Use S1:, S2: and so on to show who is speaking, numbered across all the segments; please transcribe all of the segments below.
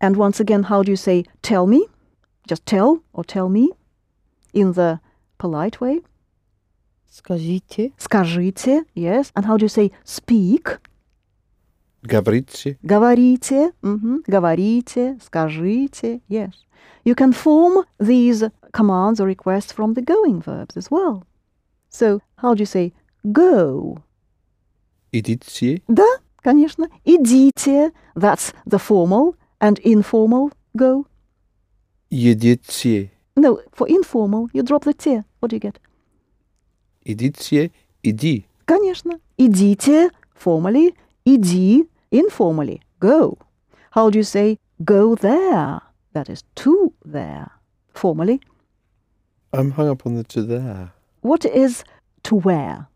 S1: And once again, how do you say tell me? Just tell or tell me in the polite way.
S2: Скажите.
S1: Скажите, yes. And how do you say speak?
S3: Говорите.
S1: Говорите, мгм, говорите, скажите, yes. You can form these commands or requests from the going verbs as well. So, how do you say go?
S3: Идите.
S1: Да, конечно. Идите. That's the formal and informal go.
S3: Едите.
S1: No, for informal, you drop the те. What do you get?
S3: Идите. Иди.
S1: Конечно. Идите formally. Иди informally. Go. How do you say go there? That is to there. Formally.
S3: I'm hung up on the to there.
S1: What is to where?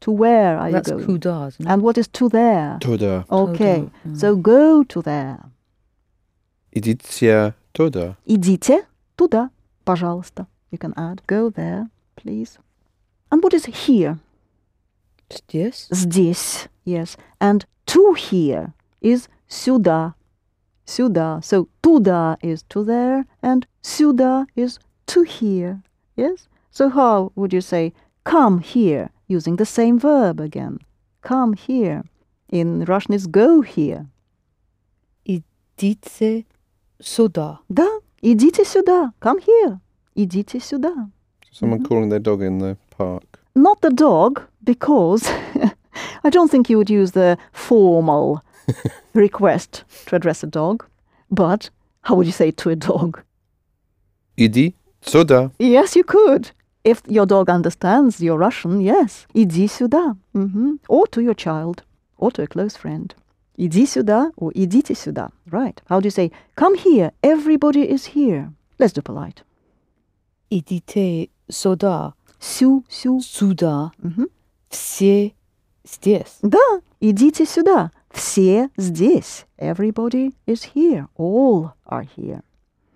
S1: To where are
S2: That's
S1: you going?
S2: куда, isn't it?
S1: And what is to there?
S3: Туда.
S1: Okay.
S2: there,
S1: So go to there.
S3: Идите туда.
S1: Идите туда, пожалуйста. You can add go there, please. And what is here?
S2: Здесь.
S1: Здесь. Yes. And to here is сюда. Сюда. So туда is to there and сюда is to here. Yes? So how would you say come here using the same verb again? Come here. In Russian it's go here.
S2: Идите сюда.
S1: Да, идите сюда. Come here. Идите сюда.
S3: Someone calling their dog in the park.
S1: not the dog because I don't think you would use the formal request to address a dog. But how would you say to a dog?
S3: Иди сюда.
S1: Yes, you could. If your dog understands your Russian, yes. Иди сюда. hmm Or to your child or to a close friend. Иди сюда or идите сюда. Right. How do you say, come here, everybody is here? Let's do polite.
S2: Идите сюда.
S1: Сю, сю.
S2: Сюда.
S1: Мгм.
S2: Все здесь.
S1: Да, идите сюда. Все здесь. Everybody is here. All are here.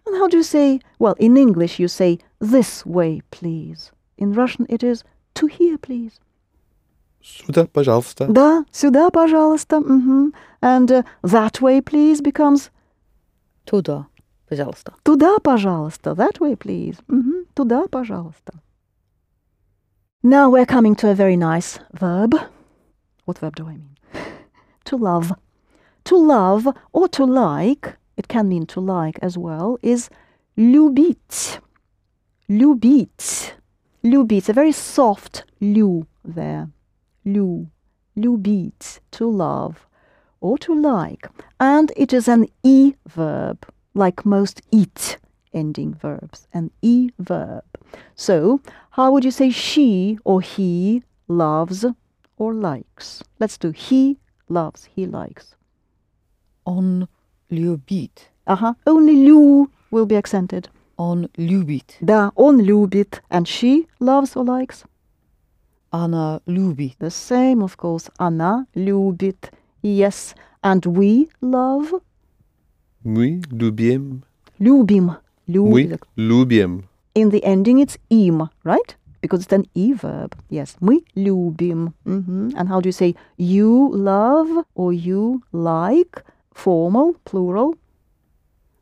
S1: And how do you say, well, in English you say this way, please. In Russian it is to here, please.
S3: Сюда, пожалуйста.
S1: Да, сюда, пожалуйста. Мгм. And uh, that way, please becomes
S2: Туда. Пожалуйста.
S1: туда, пожалуйста. That way, please. Мгм. Туда, пожалуйста. Now we're coming to a very nice verb. What verb do I mean? to love. To love or to like, it can mean to like as well, is любить. Любить. Любить. A very soft лю there. Лю. Любить. To love or to like. And it is an e verb, like most it ending verbs. An e verb. So, how would you say she or he loves or likes? Let's do he loves, he likes.
S2: Он любит.
S1: Uh-huh. Only Lou will be accented.
S2: Он любит.
S1: Да, он любит. And she loves or likes.
S2: Она любит.
S1: The same, of course. Она любит. Yes. And we love.
S3: Мы любим.
S1: Любим. Любим.
S3: Мы любим.
S1: In the ending, it's im, right? Because it's an e verb. Yes. Мы любим. Мгм. And how do you say you love or you like? Formal, plural.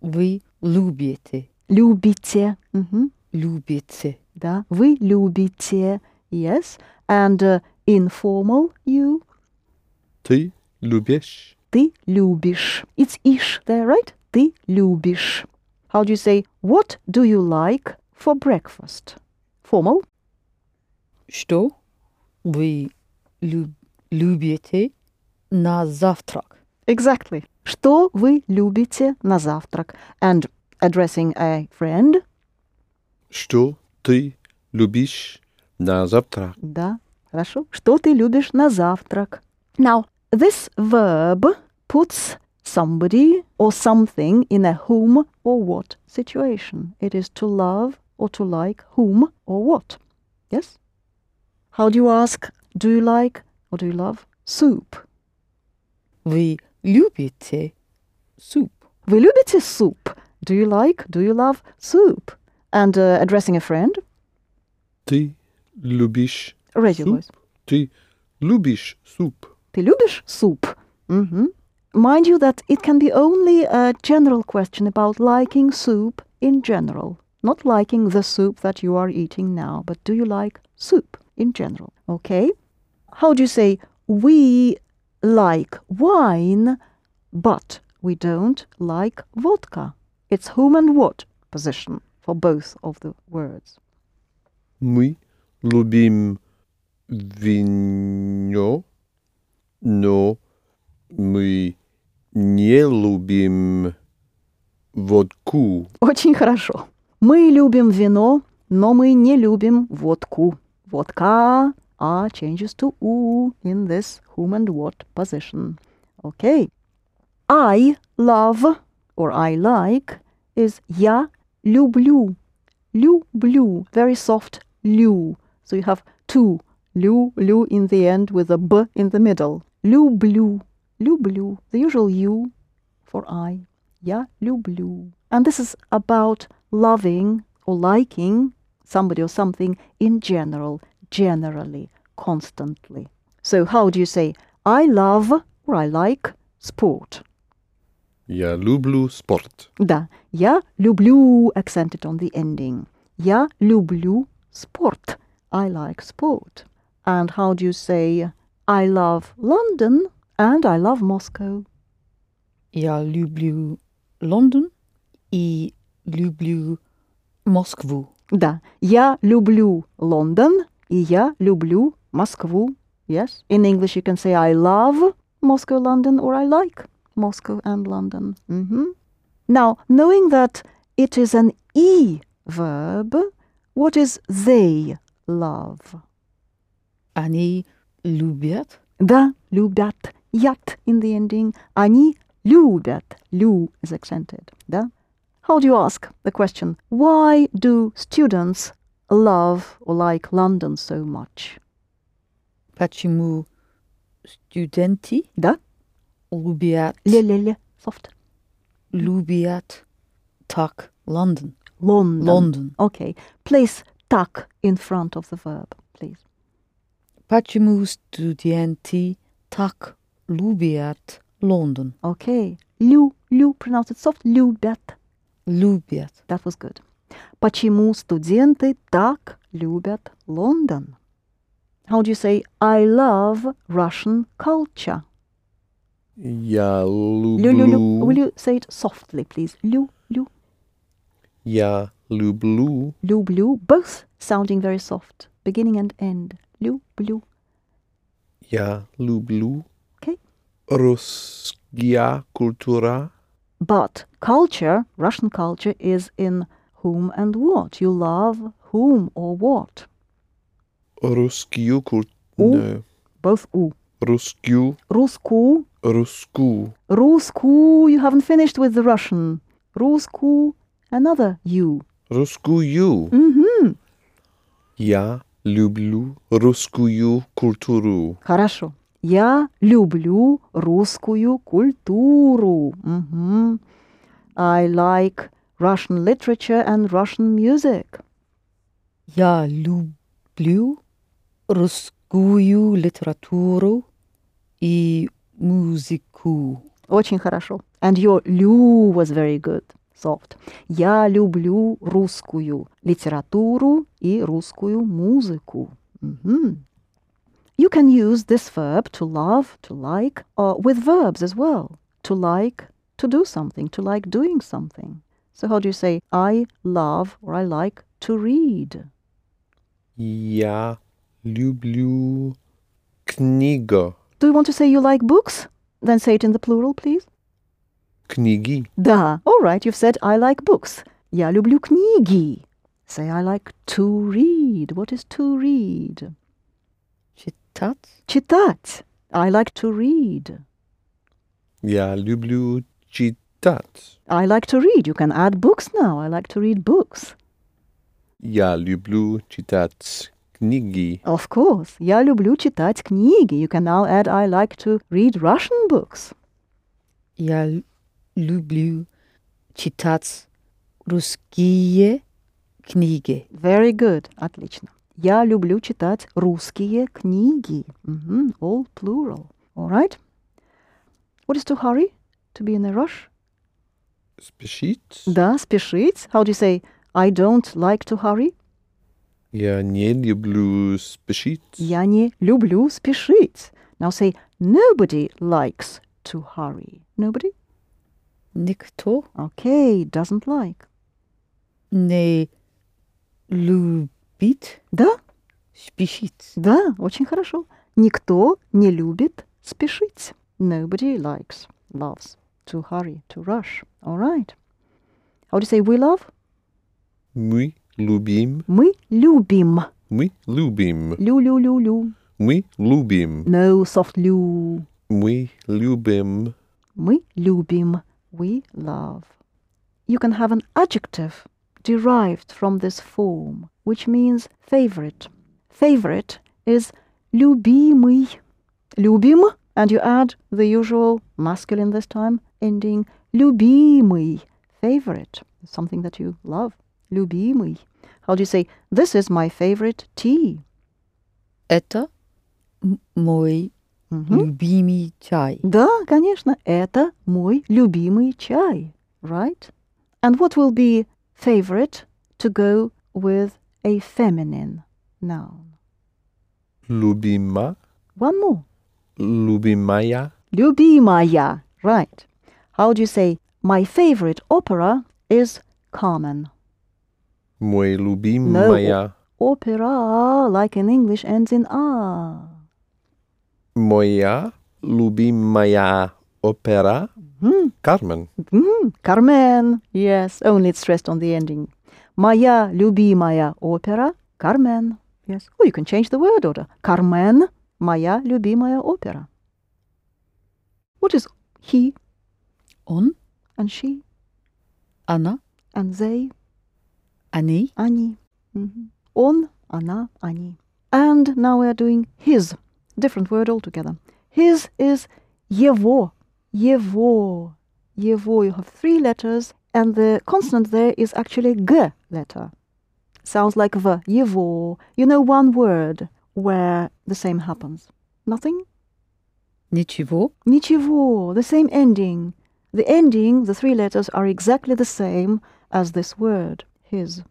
S2: Вы любите.
S1: Любите. Мгм.
S2: Любите.
S1: Да. Вы любите. Yes. And uh, informal you.
S3: Ты любишь.
S1: Ты любишь. It's ish there, right? Ты любишь. How do you say, what do you like for breakfast? Formal.
S2: Что вы лю- любите на завтрак?
S1: Exactly. Что вы любите на завтрак? And addressing a friend.
S3: Что ты любишь на завтрак?
S1: Да, хорошо. Что ты любишь на завтрак? Now, this verb puts somebody or something in a whom or what situation. It is to love or to like whom or what. Yes? How do you ask, do you like or do you love soup?
S2: Вы любите суп?
S1: Вы любите soup? Do you like, do you love soup? And uh, addressing a friend,
S3: Ты любишь.
S1: raise your
S3: Soup?
S1: voice.
S3: Ты любишь суп.
S1: Ты любишь суп? Мгм. mind you that it can be only a general question about liking soup in general. Not liking the soup that you are eating now, but do you like soup in general? Okay? How do you say we like wine, but we don't like vodka? It's whom and what position for both of the words.
S3: Мы любим вино, но мы не любим водку.
S1: Очень хорошо. Мы любим вино, но мы не любим водку. Водка а changes to u in this whom and what position. Okay. I love or I like is я люблю. Люблю. Very soft лю. So you have two лю, лю in the end with a b in the middle. Люблю. Люблю. The usual u for I. Я люблю. And this is about loving or liking somebody or something in general, generally, constantly. So how do you say I love or I like sport?
S3: Я люблю спорт.
S1: Да, я люблю accented on the ending. Я люблю sport. I like sport. And how do you say I love London and I love Moscow?
S2: Я люблю Лондон и люблю Москву.
S1: Да, я люблю Лондон и я люблю Москву. Yes. In English you can say I love Moscow, London or I like Moscow and London. Mhm. Now, knowing that it is an e verb, what is they love?
S2: Они любят
S1: Да, любят, ят in the ending. Они любят. Лю is accented. Да? How do you ask the question? Why do students love or like London so much?
S2: почему студенты
S1: Да?
S2: любят,
S1: Ле-ле-ле. Soft.
S2: любят так Лондон.
S1: London.
S2: Лондон.
S1: Okay. Place так in front of the verb, please.
S2: Почему студенты так любят Лондон?
S1: Okay. Лю, лю, pronounce it soft. Любят.
S2: Любят.
S1: That was good. Почему студенты так любят Лондон? How do you say I love Russian culture?
S3: Я
S1: Лю, лю, лю. Will
S3: люблю...
S1: you say it softly, please? Лю, лю.
S3: Я люблю
S1: Люблю. Both sounding very soft. Beginning and end. Люблю.
S3: Я люблю
S1: Окей.
S3: русская культура.
S1: But culture, Russian culture, is in whom and what. You love whom or what.
S3: Русскую
S1: У.
S3: культуру.
S1: Both u.
S3: Русскую,
S1: Русскую.
S3: русскую.
S1: Русскую. You haven't finished with the Russian. Русскую. Another u.
S3: Русскую.
S1: Мгм.
S3: Я люблю русскую культуру.
S1: Хорошо. Я люблю русскую культуру. Мгм. I like Russian literature and Russian music.
S2: Я люблю русскую литературу и музыку.
S1: Очень хорошо. And your лю was very good. Soft. Я люблю русскую литературу и русскую музыку. Мгм. You can use this verb to love, to like, uh, with verbs as well. To like, to do something, to like doing something. So how do you say I love or I like to read?
S3: Я люблю книга.
S1: Do you want to say you like books? Then say it in the plural, please.
S3: Книги.
S1: Да. All right, you've said I like books. Я люблю книги. Say I like to read. What is to read?
S2: Читать?
S1: Читать. I like to read.
S3: Я люблю читать.
S1: I like to read. You can add books now. I like to read books.
S3: Я люблю читать книги.
S1: Of course. Я люблю читать книги. You can now add I like to read Russian books.
S2: Я лю- люблю читать русские книги.
S1: Very good. Отлично. Я люблю читать русские книги. Мгм. All plural. All right. What is to hurry? To be in a rush?
S3: Спешить?
S1: Да, спешить. How do you say I don't like to hurry?
S3: Я не люблю спешить.
S1: Я не люблю спешить. Now say nobody likes to hurry. Nobody?
S2: Никто
S1: Okay, doesn't like.
S2: не любит
S1: Да,
S2: спешить.
S1: да, очень хорошо. Никто не любит спешить. Nobody likes, loves to hurry, to rush. All right. How do you say we love?
S3: Мы любим.
S1: Мы любим.
S3: Мы любим.
S1: Лю-лю-лю-лю.
S3: Мы любим.
S1: No soft лю.
S3: Мы любим.
S1: Мы любим. We love. You can have an adjective derived from this form, which means favorite. Favorite is любимый. Любим, and you add the usual masculine this time, ending любимый. Favorite, something that you love. Любимый. How do you say, this is my favorite tea?
S2: Это м- мой
S1: Мгм.
S2: любимый чай.
S1: Да, конечно, это мой любимый чай, right? And what will be favorite to go with a feminine noun?
S3: Любима.
S1: One more.
S3: Любимая.
S1: Любимая, right? How do you say my favorite opera is Carmen?
S3: Мой любимая.
S1: Opera, like in English, ends in a.
S3: Моя любимая опера.
S1: Мгм.
S3: Кармен.
S1: М, Кармен, yes, only it's stressed on the ending. Моя любимая опера Кармен. Yes. Or Oh, you can change the word order. Кармен, моя любимая опера. What is he
S2: Он,
S1: and she
S2: она,
S1: and they?
S2: они.
S1: Они. Мгм. Он, она, они. And now we are doing his. Different word altogether. His is его. Его. Его. You have three letters, and the consonant there is actually g letter. Sounds like v. Его. You know one word where the same happens. Nothing?
S2: Ничего.
S1: Ничего, the same ending. The ending, the three letters, are exactly the same as this word, his.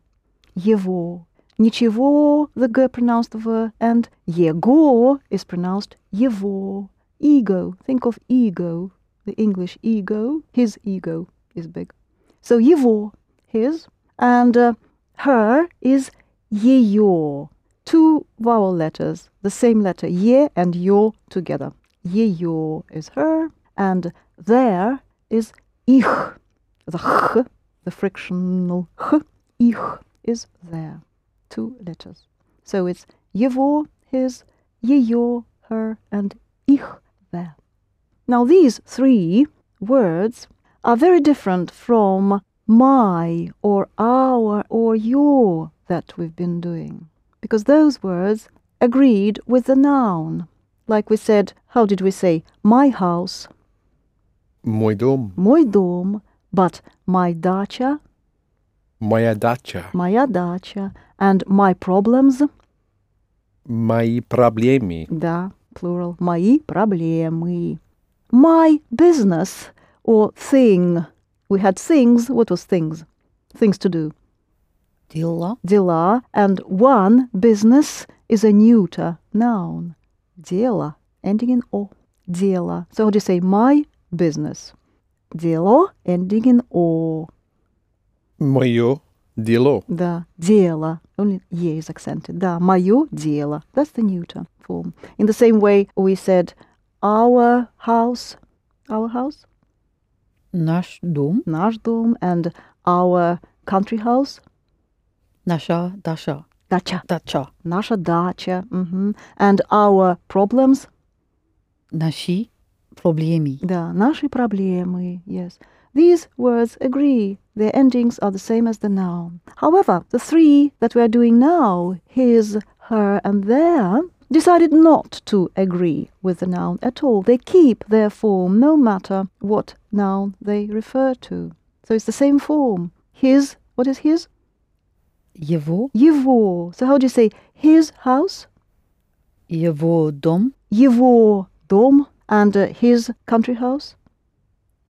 S1: Его. Ничего, the g pronounced the v, and его is pronounced его. Ego. Think of ego, the English ego. His ego is big. So его, his, and uh, her is ее. Two vowel letters, the same letter, ye and yo together. Ее is her, and there is ich. The ch, the frictional ch, ich is there. Two letters. So it's его, his, ее, her, and ich, there. Now these three words are very different from my or our or your that we've been doing because those words agreed with the noun. Like we said, how did we say my house,
S3: Мой дом.
S1: мой дом, but my dacha,
S3: Моя дача.
S1: моя дача, and my problems,
S3: Мои проблемы.
S1: да, plural, мои проблемы. My business or thing. We had things, what was things? Things to do.
S2: Дела.
S1: дела, and one business is a neuter noun. Дело, ending in o. Дело. So how do you say my business? Дело, ending in o.
S3: Мое дело.
S1: Да, дело. Only е is accented. Да, мое дело. That's the neuter form. In the same way we said our house, our house,
S2: Наш дом.
S1: наш дом, and our country house,
S2: Наша даша.
S1: дача,
S2: Дача.
S1: наша дача, мгм. mm-hmm. and our problems,
S2: Наши проблемы.
S1: Да, наши проблемы, yes. These words agree. Their endings are the same as the noun. However, the three that we are doing now, his, her, and their, decided not to agree with the noun at all. They keep their form no matter what noun they refer to. So it's the same form. His, what is his?
S2: Его.
S1: Его. So how do you say his house?
S2: Его дом.
S1: Его дом and uh, his country house?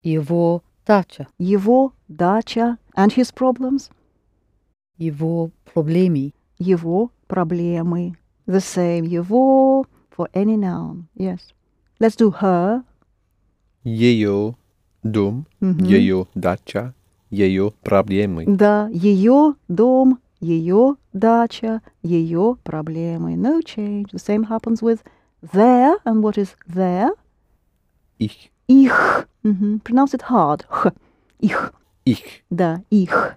S2: Его дача.
S1: Его дача and his problems.
S2: Его проблемы.
S1: Его проблемы. The same. Его for any noun. Yes. Let's do her.
S3: Ее дом,
S1: Мгм.
S3: ее дача, ее проблемы.
S1: Да, ее дом, ее дача, ее проблемы. No change. The same happens with their. And what is their?
S3: Ich,
S1: Их. Мгм. Pronounce it hard. Х. Их.
S3: ich,
S1: Да, их.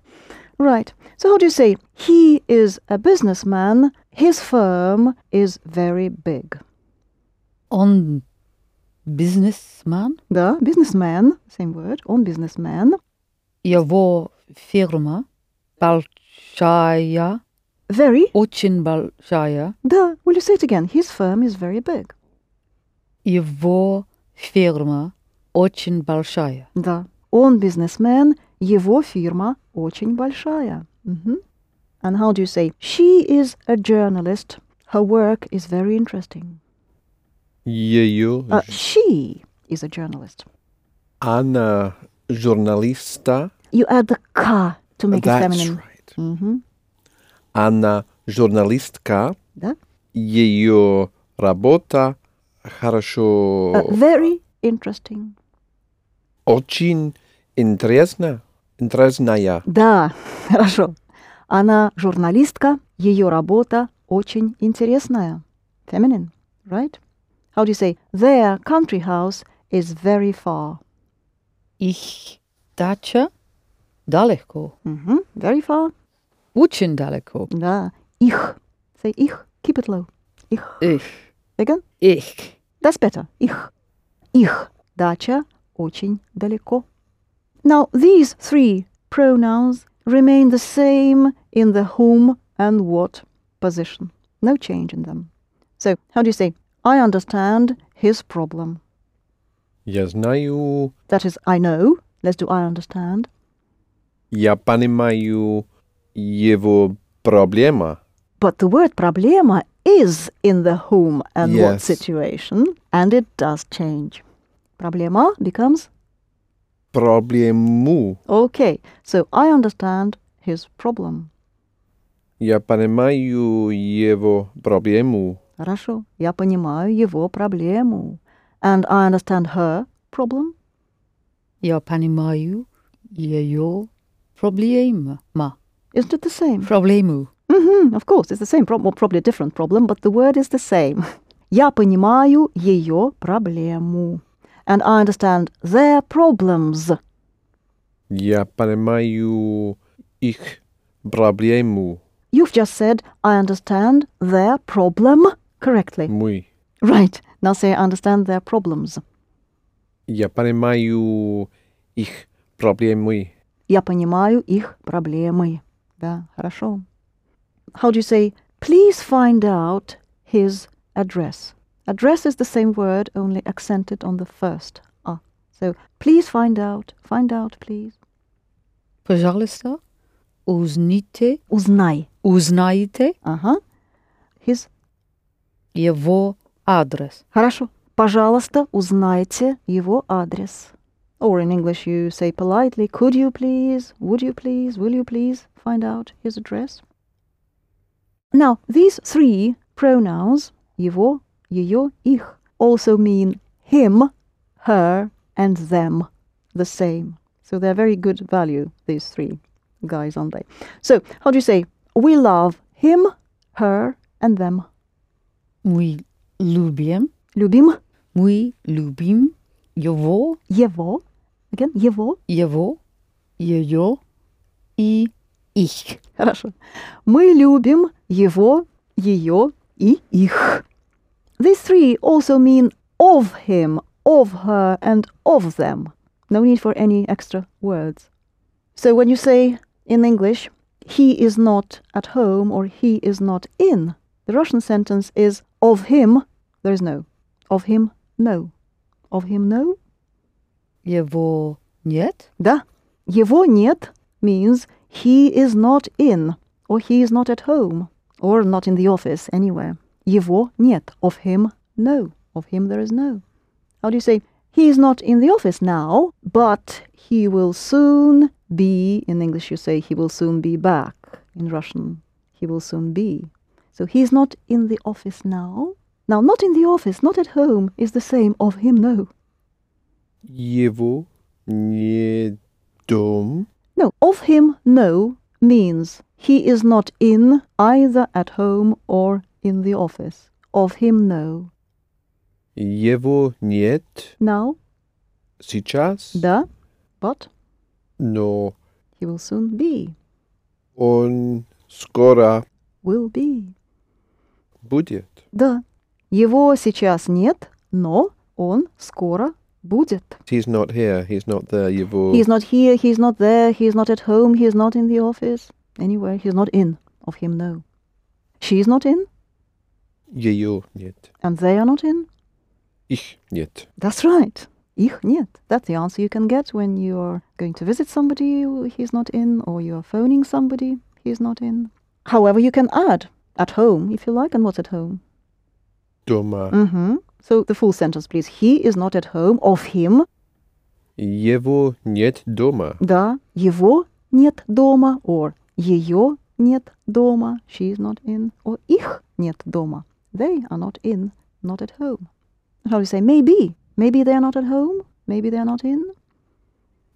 S1: Right. So how do you say he is a businessman? His firm is very big.
S2: Он бизнесмен.
S1: Да, businessman, same word, он businessman.
S2: Ja, Его фирма большая.
S1: Very,
S2: Очень большая.
S1: да, will you say it again? His firm is very big.
S2: Ja, Его фирма очень большая.
S1: Да. Он бизнесмен, его фирма очень большая. Мгм. And how do you say? She is a journalist. Her work is very interesting.
S3: ее
S1: Uh, she is a journalist.
S3: Anna журналиста.
S1: You add the ka to make it
S3: That's
S1: feminine.
S3: right.
S1: Мгм.
S3: Она журналистка.
S1: Да?
S3: Ее работа хорошо,
S1: Uh, very interesting.
S3: очень интересна, интересная.
S1: Да, хорошо. Она журналистка, ее работа очень интересная. Feminine, right? How do you say? Their country house is very far.
S2: Их дача далеко.
S1: Мгм, Very far.
S2: Очень далеко.
S1: Да. Их. Say их. Keep it low. Их.
S2: Их.
S1: Again.
S2: Их.
S1: That's better. Их. Их дача очень далеко. Now, these three pronouns remain the same in the whom and what position. No change in them. So, how do you say, I understand his problem?
S3: Я знаю,
S1: That is, I know. Let's do I understand.
S3: я понимаю его проблема.
S1: But the word problema is in the whom and what
S3: Yes.
S1: situation, and it does change. Problema becomes
S3: Проблему.
S1: okay. So, I understand his problem.
S3: Я понимаю его проблему.
S1: Хорошо, я понимаю его проблему. And I understand her problem.
S2: Я понимаю ее проблема.
S1: Isn't it the same?
S2: Проблему.
S1: hmm of course, it's the same problem, or probably a different problem, but the word is the same. Я понимаю ее проблему. And I understand their problems.
S3: Я понимаю их проблему.
S1: You've just said, I understand their problem correctly.
S3: Мы.
S1: Right, now say, I understand their problems.
S3: Я понимаю их проблемы.
S1: Я понимаю их проблемы. Да, хорошо. How do you say, please find out his address? Address is the same word, only accented on the first ah. So, please find out, find out, please.
S2: Пожалуйста, узните,
S1: Узнай.
S2: узнайте
S1: Ага. His.
S2: его адрес.
S1: Хорошо. Пожалуйста, узнайте его адрес. Or in English, you say politely, could you please, would you please, will you please find out his address? Now, these three pronouns, его, ее, их, also mean him, her, and them, the same. So they're very good value, these three guys, aren't they? So, how do you say, we love him, her, and them?
S2: Мы любим,
S1: Любим
S2: мы любим его,
S1: его, again, его,
S2: его, ее и их.
S1: Хорошо. Мы любим его, ее и их. These three also mean of him, of her, and of them. No need for any extra words. So when you say in English, he is not at home or he is not in, the Russian sentence is of him, there is no. Of him, no. Of him, no.
S2: Его нет,
S1: Да. Его нет means he is not in, or he is not at home, or not in the office, anywhere. Его нет. Of him, no. Of him, there is no. How do you say He is not in the office now, but he will soon be. In English, you say he will soon be back. In Russian, he will soon be. So he's not in the office now. Now, not in the office, not at home is the same of him, no.
S3: Его не дом.
S1: No, of him, no means he is not in either at home or in the office. Of him, no.
S3: Его нет
S1: Now,
S3: сейчас,
S1: da, but
S3: но
S1: he will soon be,
S3: он скоро
S1: will be.
S3: будет.
S1: Да, его сейчас нет, но он скоро будет.
S3: He's not here. He's not there. Его
S1: He's not here, he's not there, he's not at home, he's not in the office, anywhere, he's not in. Of him, no. She's not in,
S3: ее нет.
S1: and they are not in.
S3: Ich нет.
S1: That's right. Ich нет. That's the answer you can get when you are going to visit somebody who he's not in, or you are phoning somebody he's not in. However, you can add at home if you like, and what's at home.
S3: Дома.
S1: hmm So the full sentence, please. He is not at home. Of him,
S3: Его нет дома.
S1: да, его нет дома, or ее нет дома, she is not in, or их нет дома, they are not in, not at home. How do you say maybe? Maybe they are not at home. Maybe they are not in.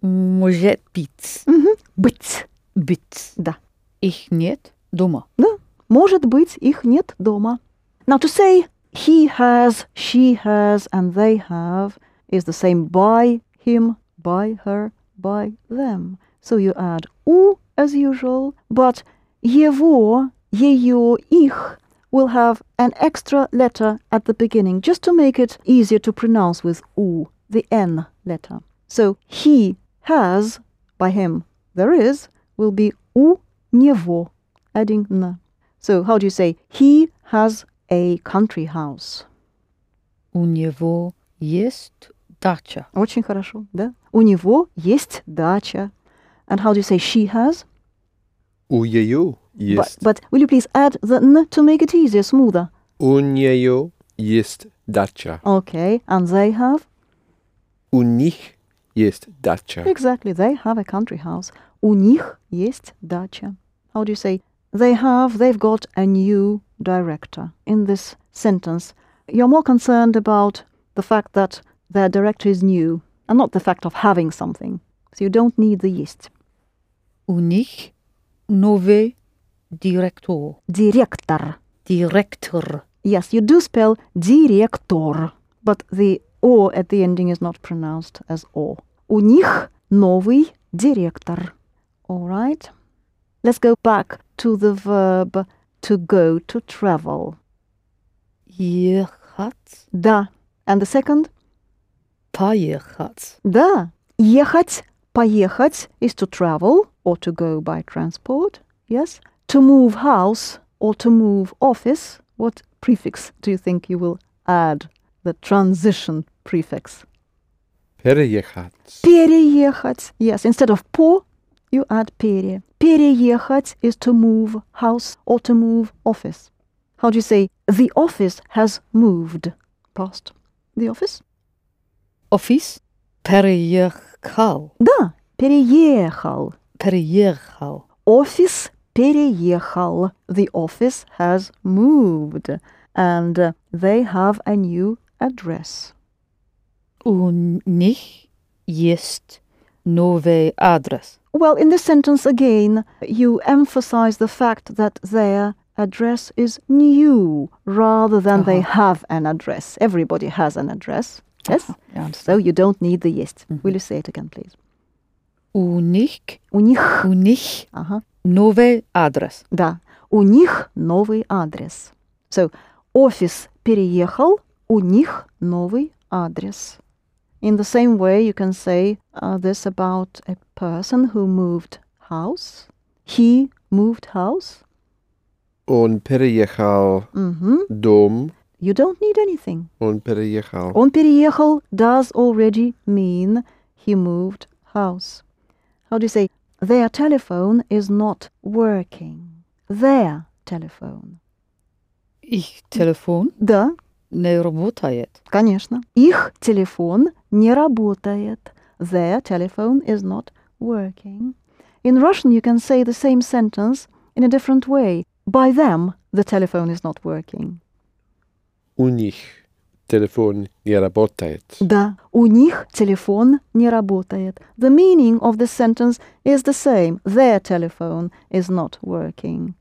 S2: Може бит.
S1: Мгм. Быть.
S2: Бит.
S1: Да.
S2: Их нет дома.
S1: Да, может быть, их нет дома. Now to say he has, she has, and they have is the same by him, by her, by them. So you add u as usual, but его, ее, их will have an extra letter at the beginning just to make it easier to pronounce with u, the n letter. So he has, by him, there is, will be у него adding n. So how do you say he has a country house?
S2: У него есть дача.
S1: Очень хорошо, да? У него есть дача. And how do you say she has?
S3: У ее есть.
S1: But, but will you please add the n to make it easier, smoother?
S3: У нее есть дача.
S1: Okay, and they have?
S3: У них есть дача.
S1: Exactly, they have a country house. У них есть дача. How do you say they have, they've got a new director in this sentence? You're more concerned about the fact that their director is new and not the fact of having something. So you don't need the есть.
S2: У них новый директор.
S1: Директор.
S2: Директор.
S1: Yes, you do spell директор, but the o at the ending is not pronounced as o. У них новый директор. All right. Let's go back to the verb to go, to travel.
S2: Ехать.
S1: Да. And the second?
S2: Поехать.
S1: Да. Ехать, поехать is to travel or to go by transport. Yes. To move house or to move office. What prefix do you think you will add? The transition prefix.
S3: Переехать.
S1: Переехать. Yes, instead of по, you add пере. Переехать is to move house or to move office. How do you say the office has moved? Past. The office?
S2: Офис. Переехал.
S1: Да, переехал.
S2: Переехал.
S1: Office переехал. The office has moved. And uh, they have a new address.
S2: У них есть новый адрес.
S1: Well, in this sentence again, you emphasize the fact that their address is new rather than they have an address. Everybody has an address. Yes?
S2: Я understand.
S1: So you don't need the есть. Will you say it again, please?
S2: У них,
S1: У них.
S2: у них
S1: Ага.
S2: новый адрес.
S1: Да. У них новый адрес. So, офис переехал, у них новый адрес. In the same way, you can say uh, this about a person who moved house. He moved house.
S3: Он переехал
S1: Мгм.
S3: дом.
S1: Mm-hmm. You don't need anything.
S3: Он переехал.
S1: Он переехал does already mean he moved house. How do you say their telephone is not working? Their telephone.
S2: Их телефон
S1: Да,
S2: не работает.
S1: Конечно. Их телефон не работает. Their telephone is not working. In Russian, you can say the same sentence in a different way. By them, the telephone is not working.
S3: У них телефон не работает.
S1: Да, у них телефон не работает. The meaning of this sentence is the same. Their telephone is not working.